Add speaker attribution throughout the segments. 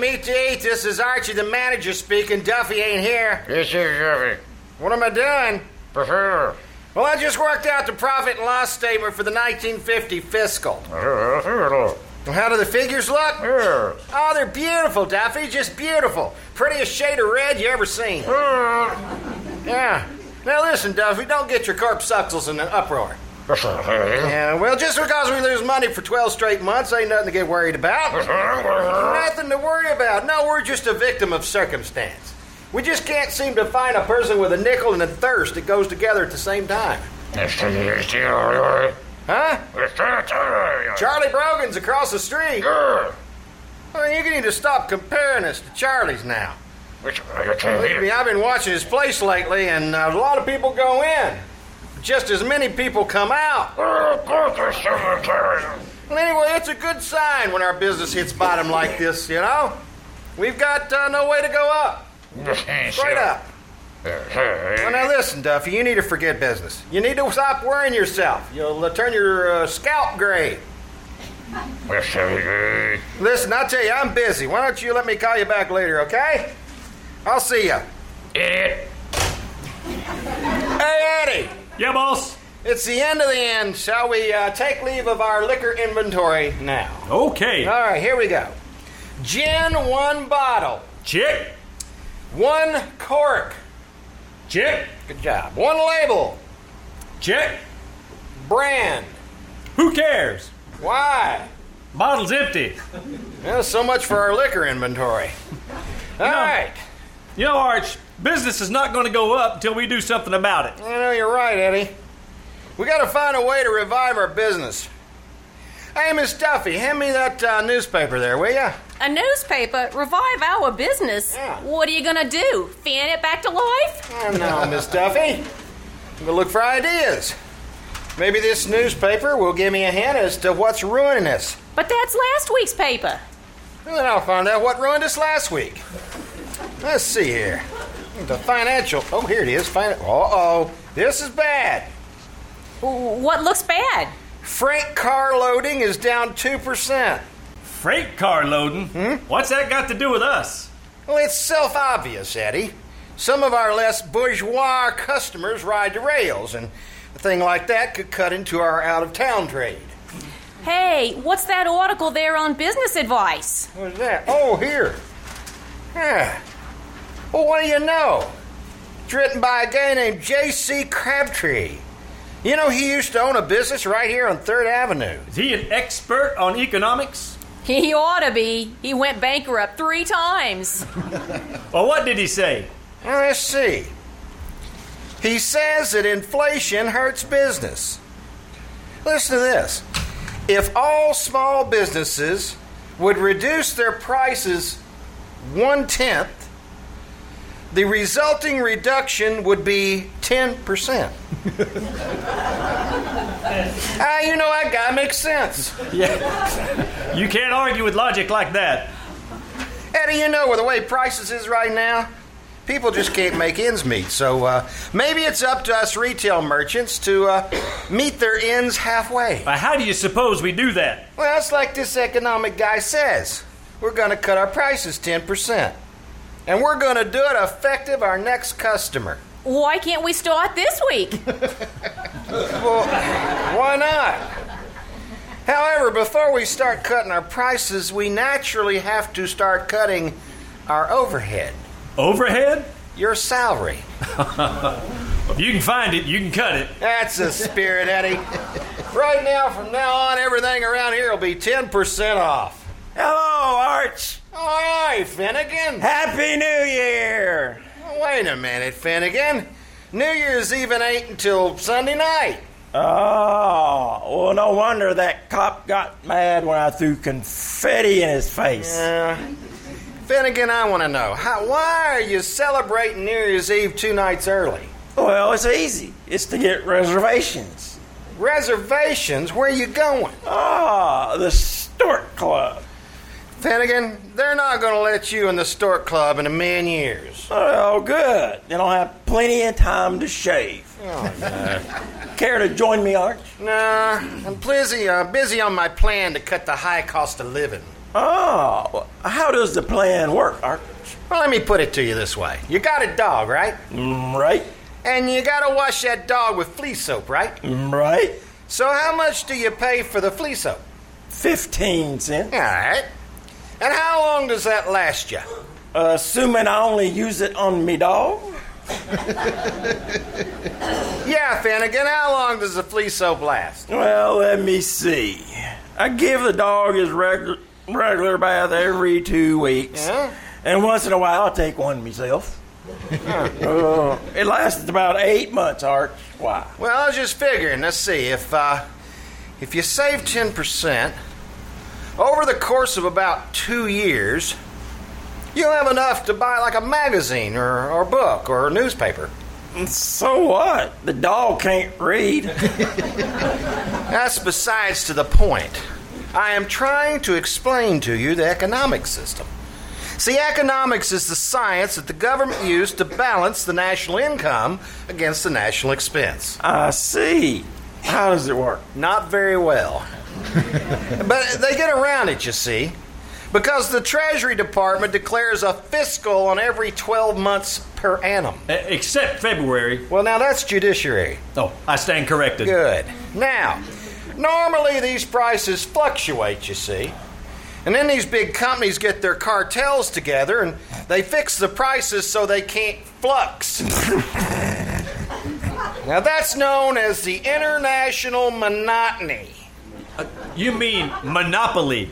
Speaker 1: meet you eat. This is Archie, the manager, speaking. Duffy ain't here.
Speaker 2: This is Jeffy.
Speaker 1: What am I doing?
Speaker 2: Professor.
Speaker 1: Well, I just worked out the profit and loss statement for the 1950 fiscal. Well, How do the figures look? Oh, they're beautiful, Duffy. Just beautiful. Prettiest shade of red you ever seen. Yeah. Now listen, Duffy, don't get your corpuscles in an uproar. Yeah, well, just because we lose money for 12 straight months ain't nothing to get worried about. Nothing to worry about. No, we're just a victim of circumstance. We just can't seem to find a person with a nickel and a thirst that goes together at the same time. Huh? Charlie Brogan's across the street. Well, you need to stop comparing us to Charlie's now. I mean, I've been watching his place lately, and uh, a lot of people go in. Just as many people come out. Well, anyway, it's a good sign when our business hits bottom like this, you know? We've got uh, no way to go up. Straight up. Well, now listen, Duffy, you need to forget business. You need to stop worrying yourself. You'll uh, turn your uh, scalp gray. Listen, I'll tell you, I'm busy. Why don't you let me call you back later, okay? I'll see you.
Speaker 2: Idiot.
Speaker 1: Hey, Eddie!
Speaker 3: Yeah, boss.
Speaker 1: It's the end of the end. Shall we uh, take leave of our liquor inventory now?
Speaker 3: Okay.
Speaker 1: All right, here we go. Gin, one bottle.
Speaker 3: Check.
Speaker 1: One cork.
Speaker 3: Check.
Speaker 1: Good job. One label.
Speaker 3: Check.
Speaker 1: Brand.
Speaker 3: Who cares?
Speaker 1: Why?
Speaker 3: Bottle's empty.
Speaker 1: Well, so much for our liquor inventory. All right.
Speaker 3: You know, Arch, business is not going to go up until we do something about it.
Speaker 1: I know you're right, Eddie. We got to find a way to revive our business. Hey, Miss Duffy, hand me that uh, newspaper there, will ya?
Speaker 4: A newspaper, revive our business.
Speaker 1: Yeah.
Speaker 4: What are you gonna do? Fan it back to life?
Speaker 1: Oh, no, Miss Duffy. I'm gonna look for ideas. Maybe this newspaper will give me a hint as to what's ruining us.
Speaker 4: But that's last week's paper.
Speaker 1: And then I'll find out what ruined us last week. Let's see here. The financial. Oh, here it is. Fin- uh oh. This is bad.
Speaker 4: W- What looks bad?
Speaker 1: Freight car loading is down 2%.
Speaker 3: Freight car loading?
Speaker 5: Hmm?
Speaker 3: What's that got to do with us?
Speaker 1: Well, it's self obvious, Eddie. Some of our less bourgeois customers ride the rails, and a thing like that could cut into our out of town trade.
Speaker 4: Hey, what's that article there on business advice?
Speaker 1: What is that? Oh, here. Yeah. Well, what do you know? It's written by a guy named J.C. Crabtree. You know, he used to own a business right here on 3rd Avenue.
Speaker 3: Is he an expert on economics?
Speaker 4: He ought to be. He went bankrupt three times.
Speaker 3: Well, what did he say?
Speaker 1: Now, let's see. He says that inflation hurts business. Listen to this. If all small businesses would reduce their prices one tenth, the resulting reduction would be 10%. Ah, you know, that guy makes sense.
Speaker 3: You can't argue with logic like that.
Speaker 1: Eddie, you know where the way prices is right now? People just can't make ends meet. So uh, maybe it's up to us retail merchants to uh, meet their ends halfway.
Speaker 3: But how do you suppose we do that?
Speaker 1: Well, that's like this economic guy says. We're going to cut our prices 10%. And we're going to do it effective our next customer.
Speaker 4: Why can't we start this week?
Speaker 1: Well, why not? However, before we start cutting our prices, we naturally have to start cutting our overhead,
Speaker 3: Overhead?
Speaker 1: your salary.
Speaker 3: If you can find it, you can cut it.
Speaker 1: That's the spirit, Eddie. Right now, from now on, everything around here will be 10% off.
Speaker 5: Hello, Arch.
Speaker 1: All right, Finnegan.
Speaker 5: Happy New Year.
Speaker 1: Wait a minute, Finnegan. New Year's even ain't until Sunday night.
Speaker 5: Oh, well, no wonder that cop got mad when I threw confetti in his face.
Speaker 1: Uh, Finnegan, I want to know how, why are you celebrating New Year's Eve two nights early?
Speaker 5: Well, it's easy. It's to get reservations.
Speaker 1: Reservations? Where you going?
Speaker 5: Ah, the Stork Club.
Speaker 1: Finnegan, they're not going to let you in the Stork Club in a million years.
Speaker 5: Oh, good. Then I'll have plenty of time to shave. Care to join me, Arch?
Speaker 1: Nah, I'm busy, uh, busy on my plan to cut the high cost of living.
Speaker 5: Oh, how does the plan work, Arch?
Speaker 1: Well, let me put it to you this way. You got a dog, right?
Speaker 5: Mm, Right?
Speaker 1: And you gotta wash that dog with flea soap, right?
Speaker 5: Mm, Right?
Speaker 1: So how much do you pay for the flea soap?
Speaker 5: 15 cents.
Speaker 1: Alright. And how long does that last you?
Speaker 5: Assuming I only use it on me dog?
Speaker 1: Yeah, Finnegan, how long does the flea soap last?
Speaker 5: Well, let me see. I give the dog his regular regular bath every two weeks,
Speaker 1: Yeah?
Speaker 5: and once in a while I take one myself. Uh, it lasts about eight months, Arch. Why?
Speaker 1: Well, I was just figuring, let's see, if uh if you save ten percent over the course of about two years, you'll have enough to buy like a magazine or, or book or a newspaper.
Speaker 5: So what? The dog can't read.
Speaker 1: That's besides to the point. I am trying to explain to you the economic system. See, economics is the science that the government used to balance the national income against the national expense.
Speaker 5: I see. How does it work?
Speaker 1: Not very well. but they get around it, you see, because the Treasury Department declares a fiscal on every 12 months per annum.
Speaker 3: E- Except February.
Speaker 1: Well, now that's judiciary.
Speaker 3: Oh, I stand corrected.
Speaker 1: Good. Now, normally these prices fluctuate, you see. And then these big companies get their cartels together and they fix the prices so they can't flux. now, that's known as the international monotony.
Speaker 3: Uh, You mean monopoly.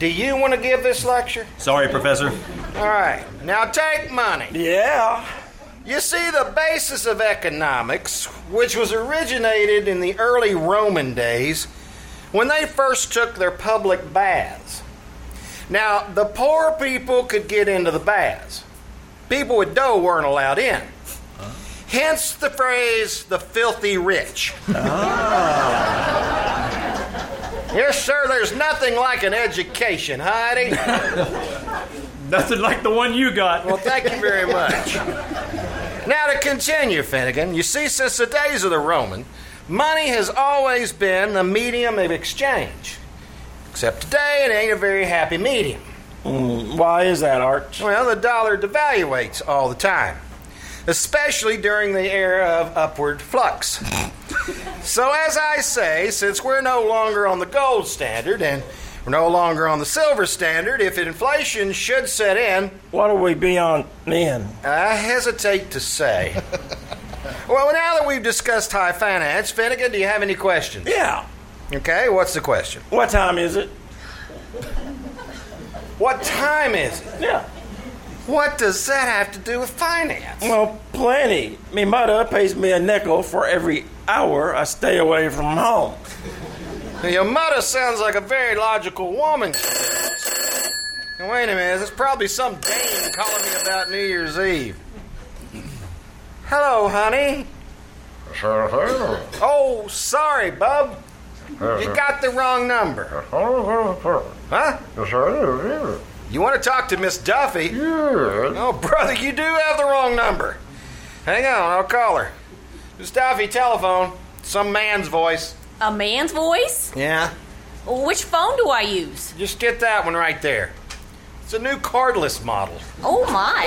Speaker 1: Do you want to give this lecture?
Speaker 3: Sorry, Professor.
Speaker 1: All right. Now, take money.
Speaker 5: Yeah.
Speaker 1: You see, the basis of economics, which was originated in the early Roman days when they first took their public baths. Now, the poor people could get into the baths, people with dough weren't allowed in. Hence the phrase, the filthy rich. yes, sir, there's nothing like an education, Heidi.
Speaker 3: Nothing like the one you got.
Speaker 1: Well, thank you very much. now, to continue, Finnegan, you see, since the days of the Roman, money has always been the medium of exchange. Except today, it ain't a very happy medium.
Speaker 5: Mm, why is that, Arch?
Speaker 1: Well, the dollar devaluates all the time, especially during the era of upward flux. so, as I say, since we're no longer on the gold standard and we're no longer on the silver standard, if inflation should set in,
Speaker 5: What do we be on then?
Speaker 1: I hesitate to say. well, now that we've discussed high finance, Finnegan, do you have any questions?
Speaker 5: Yeah.
Speaker 1: Okay, what's the question?
Speaker 5: What time is it?
Speaker 1: What time is it?
Speaker 5: Yeah.
Speaker 1: What does that have to do with finance?
Speaker 5: Well, plenty. Me mother pays me a nickel for every hour I stay away from home.
Speaker 1: Now, your mother sounds like a very logical woman. Now, wait a minute, there's probably some dame calling me about New Year's Eve. Hello, honey. Oh, sorry, bub. You got the wrong number. Huh? You want to talk to Miss Duffy? Oh, brother, you do have the wrong number. Hang on, I'll call her. Mustafi, telephone. Some man's voice.
Speaker 4: A man's voice?
Speaker 1: Yeah.
Speaker 4: Which phone do I use?
Speaker 1: Just get that one right there. It's a new cardless model.
Speaker 4: Oh my.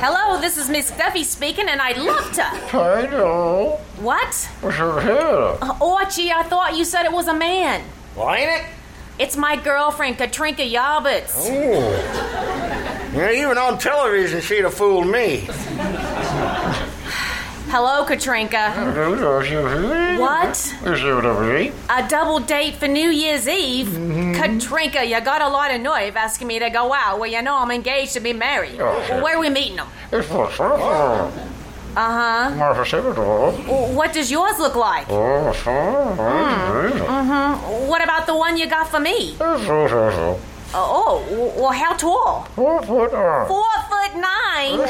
Speaker 4: Hello, this is Miss Duffy speaking, and I'd love to. What? Oh, gee, I thought you said it was a man.
Speaker 1: Well, ain't it?
Speaker 4: It's my girlfriend, Katrinka Yabitz.
Speaker 1: Ooh. Yeah, even on television, she'd have fooled me.
Speaker 4: Hello, Katrinka. What? A double date for New Year's Eve? Katrinka, you got a lot of nerve asking me to go out where you know I'm engaged to be married.
Speaker 2: Oh, shit.
Speaker 4: Well, where are we meeting them? Uh huh. What does yours look like? Hmm. What about the one you got for me? Oh, oh, well, how tall? Four foot nine?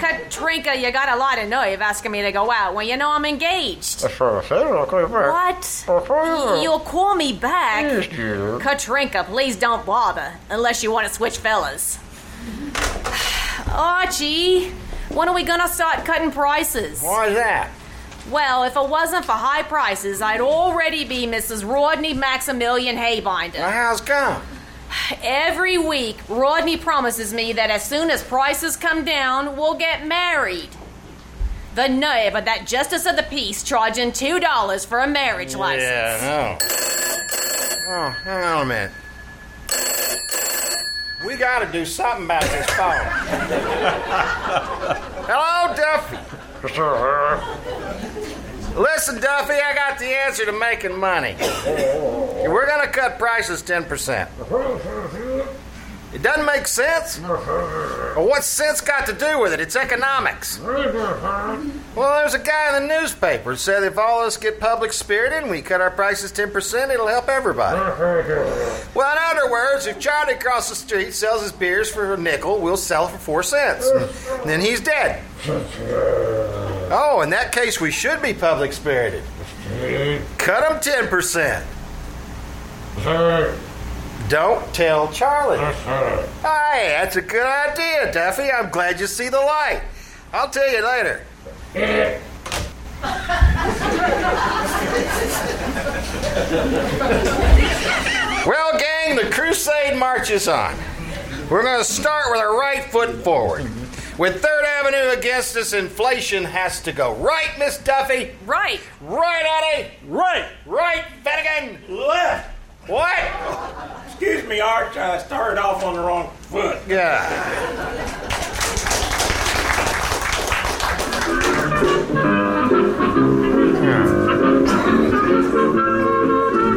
Speaker 4: Katrinka, you got a lot of nerve asking me to go out when you know I'm engaged. What? Y- You'll call me back. Katrinka, please don't bother unless you want to switch fellas. Archie, when are we gonna start cutting prices?
Speaker 1: Why's that?
Speaker 4: Well, if it wasn't for high prices, I'd already be Mrs. Rodney Maximilian Haybinder.
Speaker 1: Well, how's it going?
Speaker 4: Every week, Rodney promises me that as soon as prices come down, we'll get married. The nub of that justice of the peace charging two dollars for a marriage license.
Speaker 1: Yeah, I know. Oh, hang on a minute. We gotta do something about this phone. Hello, Duffy. Listen, Duffy, I got the answer to making money. We're gonna cut prices 10%. It doesn't make sense. Well, what's sense got to do with it? It's economics. Well, there's a guy in the newspaper who said if all of us get public spirited and we cut our prices 10%, it'll help everybody. Well, in other words, if Charlie across the street sells his beers for a nickel, we'll sell it for four cents. Then he's dead. Oh, in that case, we should be public spirited. Cut him 10%. Don't tell Charlie. Hey, that's a good idea, Duffy. I'm glad you see the light. I'll tell you later. well, gang, the crusade marches on. We're going to start with our right foot forward. With Third Avenue against us, inflation has to go. Right, Miss Duffy?
Speaker 4: Right.
Speaker 1: Right, Eddie?
Speaker 5: Right,
Speaker 1: Right, Finnegan?
Speaker 5: left.
Speaker 1: What?
Speaker 5: Excuse me, Arch. I started off on the wrong foot.
Speaker 1: Yeah.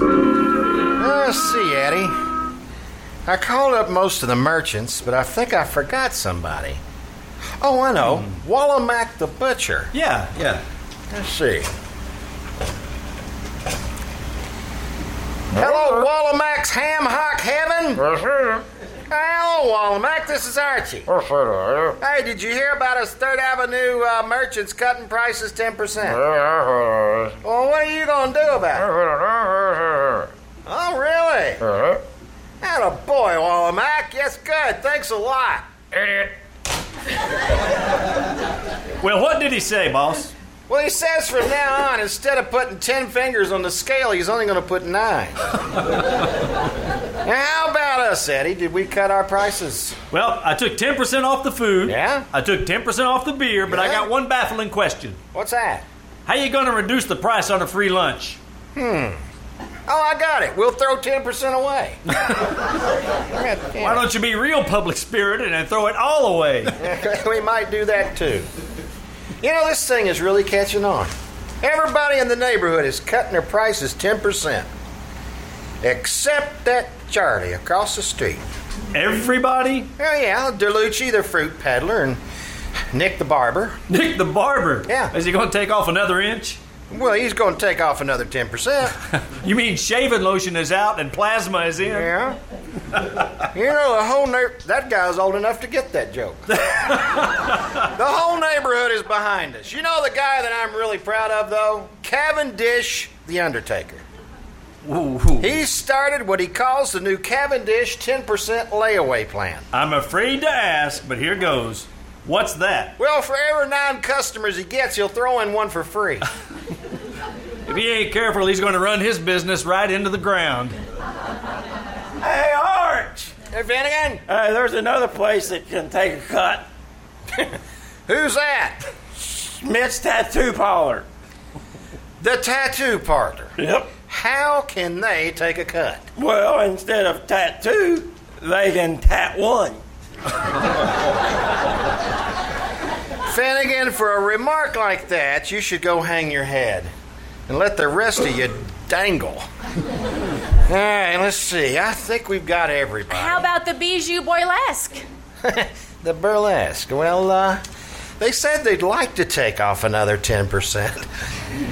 Speaker 1: Let's see, Eddie. I called up most of the merchants, but I think I forgot somebody. Oh, I know. Wallamack the Butcher.
Speaker 3: Yeah, yeah.
Speaker 1: Let's see. Hello, Wallamack's Ham Hock Heaven. Hello, Wallamack. This is Archie. Hey, did you hear about us Third Avenue uh, merchants cutting prices 10%? Well, what are you going to do about it? Oh, really? Atta boy, Wallamack. Yes, good. Thanks a lot.
Speaker 2: Idiot.
Speaker 3: Well, what did he say, boss?
Speaker 1: Well, he says from now on, instead of putting 10 fingers on the scale, he's only going to put nine. now, how about us, Eddie? Did we cut our prices?
Speaker 3: Well, I took 10% off the food.
Speaker 1: Yeah?
Speaker 3: I took 10% off the beer, but I
Speaker 1: Yeah?
Speaker 3: got one baffling question.
Speaker 1: What's that?
Speaker 3: How you going to reduce the price on a free lunch?
Speaker 1: Oh, I got it. We'll throw 10% away.
Speaker 3: Why don't you be real public spirited and throw it all away?
Speaker 1: we might do that too. You know, this thing is really catching on. Everybody in the neighborhood is cutting their prices 10%. Except that Charlie across the street.
Speaker 3: Everybody?
Speaker 1: Oh, yeah, DeLucci, the fruit peddler, and Nick the barber.
Speaker 3: Nick the barber.
Speaker 1: Yeah.
Speaker 3: Is he going to take off another inch?
Speaker 1: Well, he's going to take off another 10%.
Speaker 3: You mean shaving lotion is out and plasma is in?
Speaker 1: Yeah. You know, the whole neigh that guy's old enough to get that joke. the whole neighborhood is behind us. You know the guy that I'm really proud of, though? Cavendish the Undertaker.
Speaker 3: Ooh, ooh.
Speaker 1: He started what he calls the new Cavendish 10% layaway plan.
Speaker 3: I'm afraid to ask, but here goes. What's that?
Speaker 1: Well, for every nine customers he gets, he'll throw in one for free.
Speaker 3: If he ain't careful, he's going to run his business right into the ground.
Speaker 5: Hey, Arch.
Speaker 1: hey, Finnegan,
Speaker 5: Hey, there's another place that can take a cut.
Speaker 1: who's that?
Speaker 5: Schmidt's Tattoo Parlor.
Speaker 1: The tattoo parlor.
Speaker 5: Yep.
Speaker 1: How can they take a cut?
Speaker 5: Well, instead of tattoo, they can tat one.
Speaker 1: Finnegan, for a remark like that, you should go hang your head and let the rest of you dangle. All right, let's see. I think we've got everybody.
Speaker 4: How about the Bijou Boylesque?
Speaker 1: the burlesque. Well, uh, they said they'd like to take off another 10%,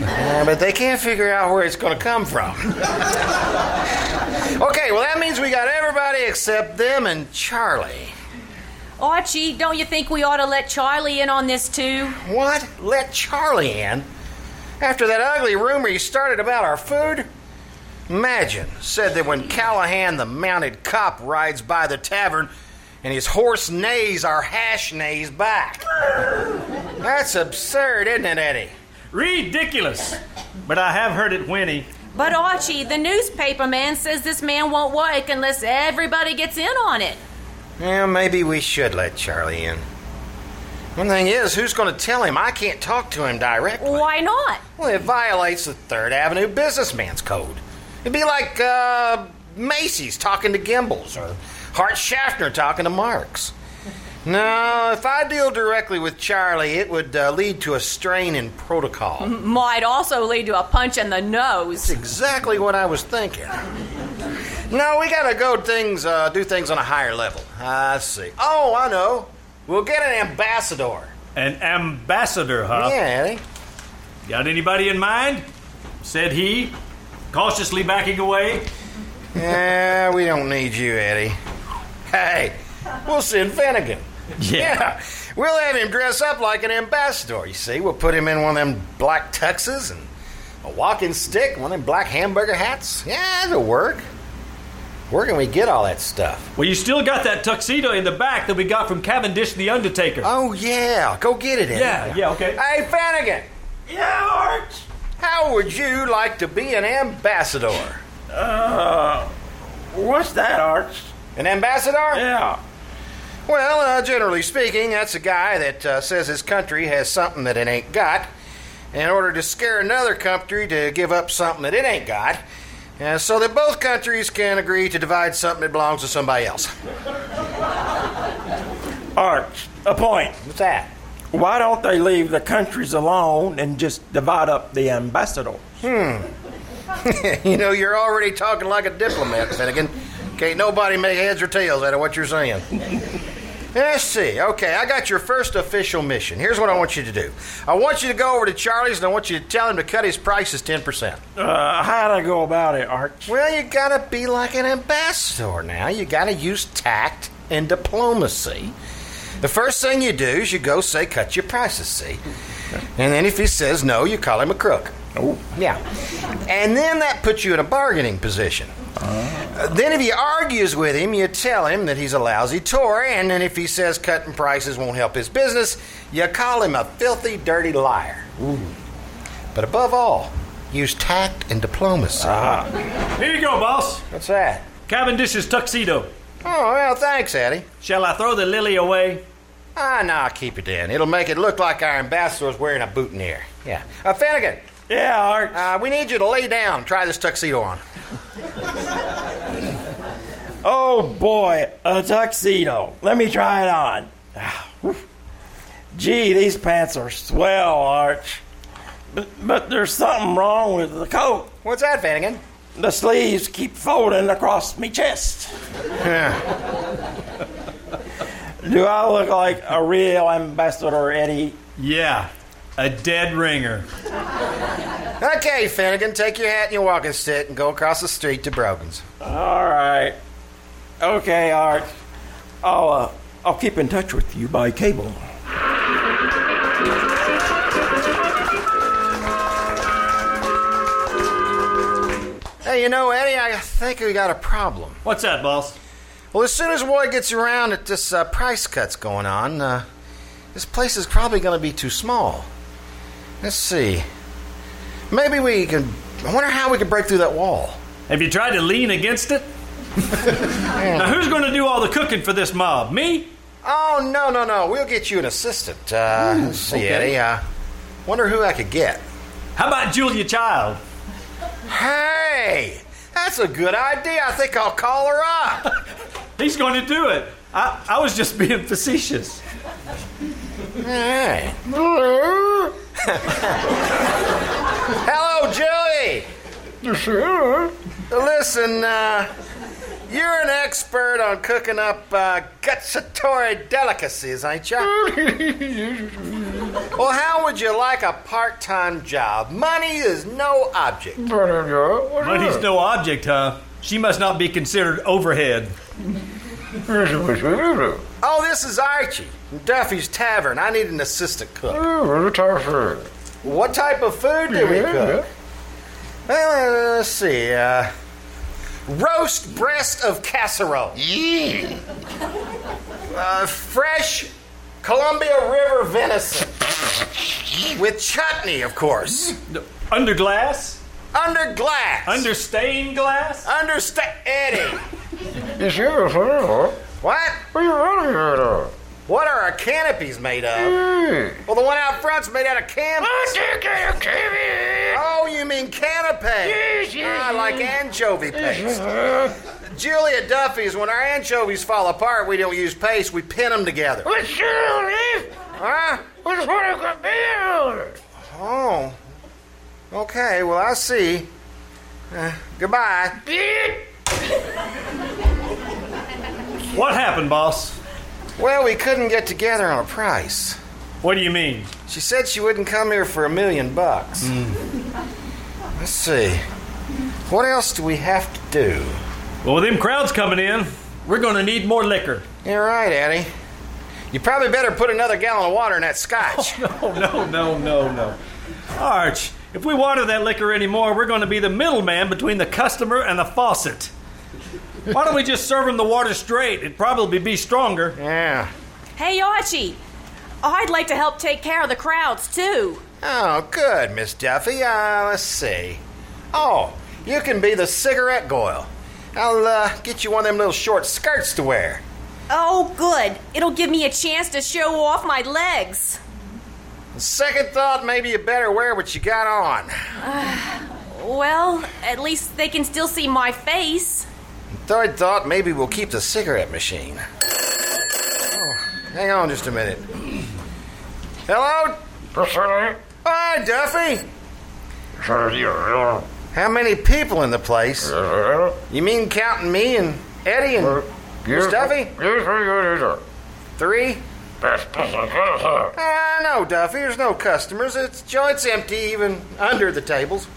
Speaker 1: Uh, but they can't figure out where it's going to come from. okay, well, that means we got everybody except them and Charlie.
Speaker 4: Archie, don't you think we ought to let Charlie in on this too?
Speaker 1: What? Let Charlie in? After that ugly rumor you started about our food? Imagine, said that when Callahan the mounted cop rides by the tavern and his horse neighs our hash neighs back. That's absurd, isn't it, Eddie?
Speaker 3: Ridiculous. But I have heard it whinny.
Speaker 4: But Archie, the newspaper man, says this man won't work unless everybody gets in on it.
Speaker 1: Yeah, maybe we should let Charlie in. One thing is, who's going to tell him? I can't talk to him directly.
Speaker 4: Why not?
Speaker 1: Well, it violates the Third Avenue businessman's code. It'd be like uh, Macy's talking to Gimbels or Hart Schaffner talking to Marx. No, if I deal directly with Charlie, it would uh, lead to a strain in protocol.
Speaker 4: Might also lead to a punch in the nose.
Speaker 1: That's exactly what I was thinking. No, we gotta go things, uh, do things on a higher level. I see. Oh, I know. We'll get an ambassador.
Speaker 3: An ambassador, huh?
Speaker 1: yeah, Eddie.
Speaker 3: Got anybody in mind? Said he, cautiously backing away.
Speaker 1: Yeah, we don't need you, Eddie. Hey, we'll send Finnegan. Yeah. We'll have him dress up like an ambassador, you see. We'll put him in one of them black tuxes and a walking stick, one of them black hamburger hats. Yeah, it'll work. Where can we get all that stuff?
Speaker 3: Well, you still got that tuxedo in the back that we got from Cavendish the Undertaker.
Speaker 1: Oh, yeah. Go get it, Eddie.
Speaker 3: yeah, yeah, okay.
Speaker 1: Hey, Finnegan,
Speaker 5: Yeah, Arch.
Speaker 1: how would you like to be an ambassador?
Speaker 5: Uh, what's that, Arch?
Speaker 1: An ambassador?
Speaker 5: Yeah.
Speaker 1: Well, uh, generally speaking, that's a guy that uh, says his country has something that it ain't got in order to scare another country to give up something that it ain't got. Uh, so that both countries can agree to divide something that belongs to somebody else.
Speaker 5: Arch, a point.
Speaker 1: What's that?
Speaker 5: Why don't they leave the countries alone and just divide up the ambassadors? Uh,
Speaker 1: you know, you're already talking like a diplomat, Finnegan. Can't nobody make heads or tails out of what you're saying. Let's see. Okay, I got your first official mission. Here's what I want you to do I want you to go over to Charlie's and I want you to tell him to cut his prices 10%.
Speaker 5: Uh, how'd I go about it, Arch?
Speaker 1: Well, you gotta be like an ambassador now. You gotta use tact and diplomacy. The first thing you do is you go say, cut your prices, see? And then if he says no, you call him a crook.
Speaker 5: Oh.
Speaker 1: Yeah. And then that puts you in a bargaining position. Uh, Then if he argues with him, you tell him that he's a lousy Tory, and then if he says cutting prices won't help his business, you call him a filthy, dirty liar. But above all, use tact and diplomacy.
Speaker 3: Here you go, boss.
Speaker 1: What's that?
Speaker 3: Cavendish's tuxedo.
Speaker 1: Oh, well, thanks, Eddie.
Speaker 3: Shall I throw the lily away?
Speaker 1: Ah, no, keep it in. It'll make it look like our ambassador's wearing a boutonniere. Yeah. Uh, Finnegan,
Speaker 5: Yeah, Arch.
Speaker 1: uh, we need you to lay down and try this tuxedo on.
Speaker 5: Oh boy, a tuxedo. Let me try it on. Ah, whew. Gee, these pants are swell, Arch. But, but there's something wrong with the coat.
Speaker 1: What's that, Finnegan?
Speaker 5: The sleeves keep folding across me chest.
Speaker 1: Yeah.
Speaker 5: Do I look like a real ambassador, Eddie?
Speaker 3: Yeah, a dead ringer.
Speaker 1: Okay, Finnegan, take your hat and your walking stick and go across the street to Brogan's.
Speaker 5: All right. Okay, Arch. I'll uh, I'll keep in touch with you by cable.
Speaker 1: Hey, you know, Eddie, I think we got a problem.
Speaker 3: What's that, boss?
Speaker 1: Well, as soon as Roy gets around that this uh, price cut's going on, uh, this place is probably going to be too small. Let's see. Maybe we can. I wonder how we can break through that wall.
Speaker 3: Have you tried to lean against it? now, who's going to do all the cooking for this mob? Me?
Speaker 1: Oh no no no! We'll get you an assistant. Uh, let's see, Eddie. Uh, wonder who I could get.
Speaker 3: How about Julia Child?
Speaker 1: Hey, that's a good idea. I think I'll call her up.
Speaker 3: He's going to do it. I, I was just being facetious.
Speaker 1: Hey. Hello, Julie. Listen, uh, you're an expert on cooking up uh, gutsatori delicacies, ain't ya? well, how would you like a part-time job? Money is no object.
Speaker 3: Money's no object, huh? She must not be considered overhead.
Speaker 1: Oh, this is Archie from Duffy's Tavern. I need an assistant cook. What type of food do we cook? Well, uh, let's see. Uh, roast breast of casserole. Uh, fresh Columbia River venison. With chutney, of course.
Speaker 3: Under glass?
Speaker 1: Under glass.
Speaker 3: Under stained glass?
Speaker 1: Under sta- Eddie. What? What are our canopies made of? Well, the one out front's made out of canvas. Oh, you mean canapé? Ah, like anchovy paste. Julia Duffy's. When our anchovies fall apart, we don't use paste. We pin them together. Huh? Oh. Okay. Well, I see. Uh, goodbye.
Speaker 3: What happened, boss?
Speaker 1: Well, we couldn't get together on a price.
Speaker 3: What do you mean?
Speaker 1: She said she wouldn't come here for a million bucks. Let's see. What else do we have to do?
Speaker 3: Well, with them crowds coming in, we're going to need more liquor.
Speaker 1: You're right, Annie. You probably better put another gallon of water in that scotch.
Speaker 3: No, no, no, no, no. Arch, if we water that liquor anymore, we're going to be the middleman between the customer and the faucet. Why don't we just serve them the water straight? It'd probably be stronger.
Speaker 1: yeah.
Speaker 4: Hey, Archie, I'd like to help take care of the crowds too.
Speaker 1: Oh, good, Miss Duffy. Uh, let's see. Oh, you can be the cigarette goyle. I'll uh, get you one of them little short skirts to wear.
Speaker 4: Oh, good. It'll give me a chance to show off my legs.
Speaker 1: Second thought, maybe you better wear what you got on.
Speaker 4: Well, at least they can still see my face.
Speaker 1: Third thought, maybe we'll keep the cigarette machine. Oh, hang on just a minute. Hello? Hi, Duffy. How many people in the place? You mean counting me and Eddie and Duffy? three? Ah, no, Duffy. There's no customers. It's joint's empty, even under the tables.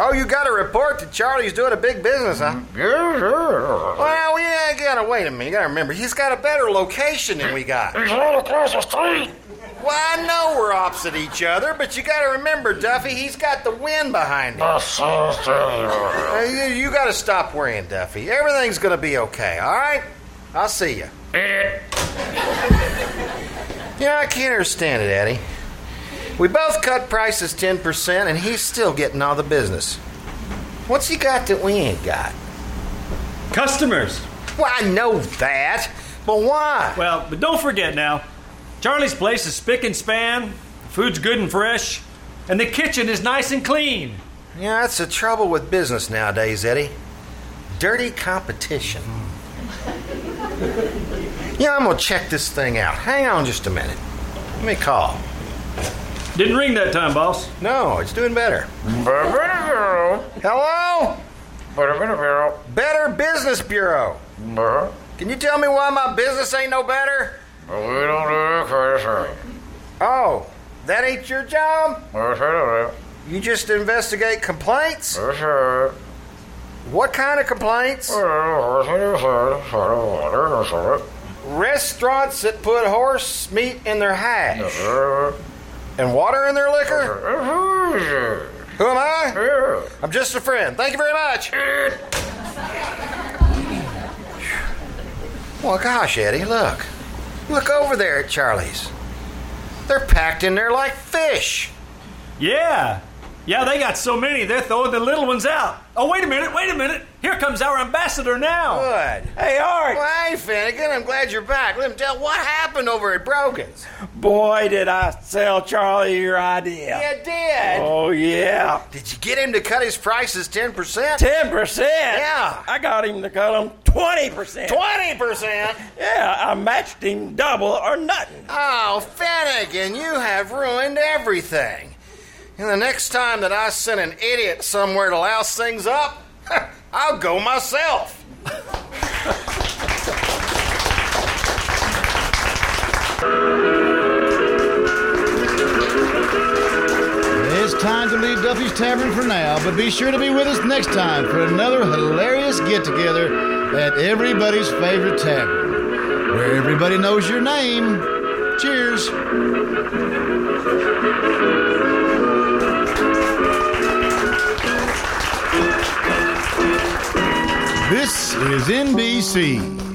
Speaker 1: Oh, you got a report that Charlie's doing a big business, huh? Well, yeah, gotta wait a minute. You gotta remember, he's got a better location than we got. Well, I know we're opposite each other, but you got to remember, Duffy, he's got the wind behind him. Uh, you you got to stop worrying, Duffy. Everything's going to be okay, all right? I'll see you. Yeah, I can't understand it, Eddie. We both cut prices 10%, and he's still getting all the business. What's he got that we ain't got?
Speaker 3: Customers.
Speaker 1: Well, I know that, but why?
Speaker 3: Well, but don't forget now, Charlie's place is spick and span, food's good and fresh, and the kitchen is nice and clean.
Speaker 1: Yeah, that's the trouble with business nowadays, Eddie. Dirty competition. yeah, I'm gonna check this thing out. Hang on just a minute. Let me call.
Speaker 3: Didn't ring that time, boss.
Speaker 1: No, it's doing better. Hello? Better Business Bureau. Can you tell me why my business ain't no better? Oh, that ain't your job? You just investigate complaints? What kind of complaints? Restaurants that put horse meat in their hash and water in their liquor? Who am I? I'm just a friend. Thank you very much. Well, gosh, Eddie, look. Look over there at Charlie's. They're packed in there like fish.
Speaker 3: Yeah. Yeah, they got so many, they're throwing the little ones out. Oh, wait a minute, wait a minute. Here comes our ambassador now.
Speaker 1: Good.
Speaker 5: Hey, Art,
Speaker 1: Well, hey, Finnegan, I'm glad you're back. Let me tell what happened over at Brogan's.
Speaker 5: boy, did I sell Charlie your idea.
Speaker 1: You did.
Speaker 5: Oh, yeah.
Speaker 1: Did you get him to cut his prices 10%?
Speaker 5: 10%.
Speaker 1: Yeah.
Speaker 5: I got him to cut him 20%.
Speaker 1: 20%?
Speaker 5: yeah, I matched him double or nothing.
Speaker 1: Oh, Finnegan, you have ruined everything. And the next time that I send an idiot somewhere to louse things up, I'll go myself.
Speaker 6: It's time to leave Duffy's Tavern for now, but be sure to be with us next time for another hilarious get together at everybody's favorite tavern, where everybody knows your name. Cheers. This is NBC.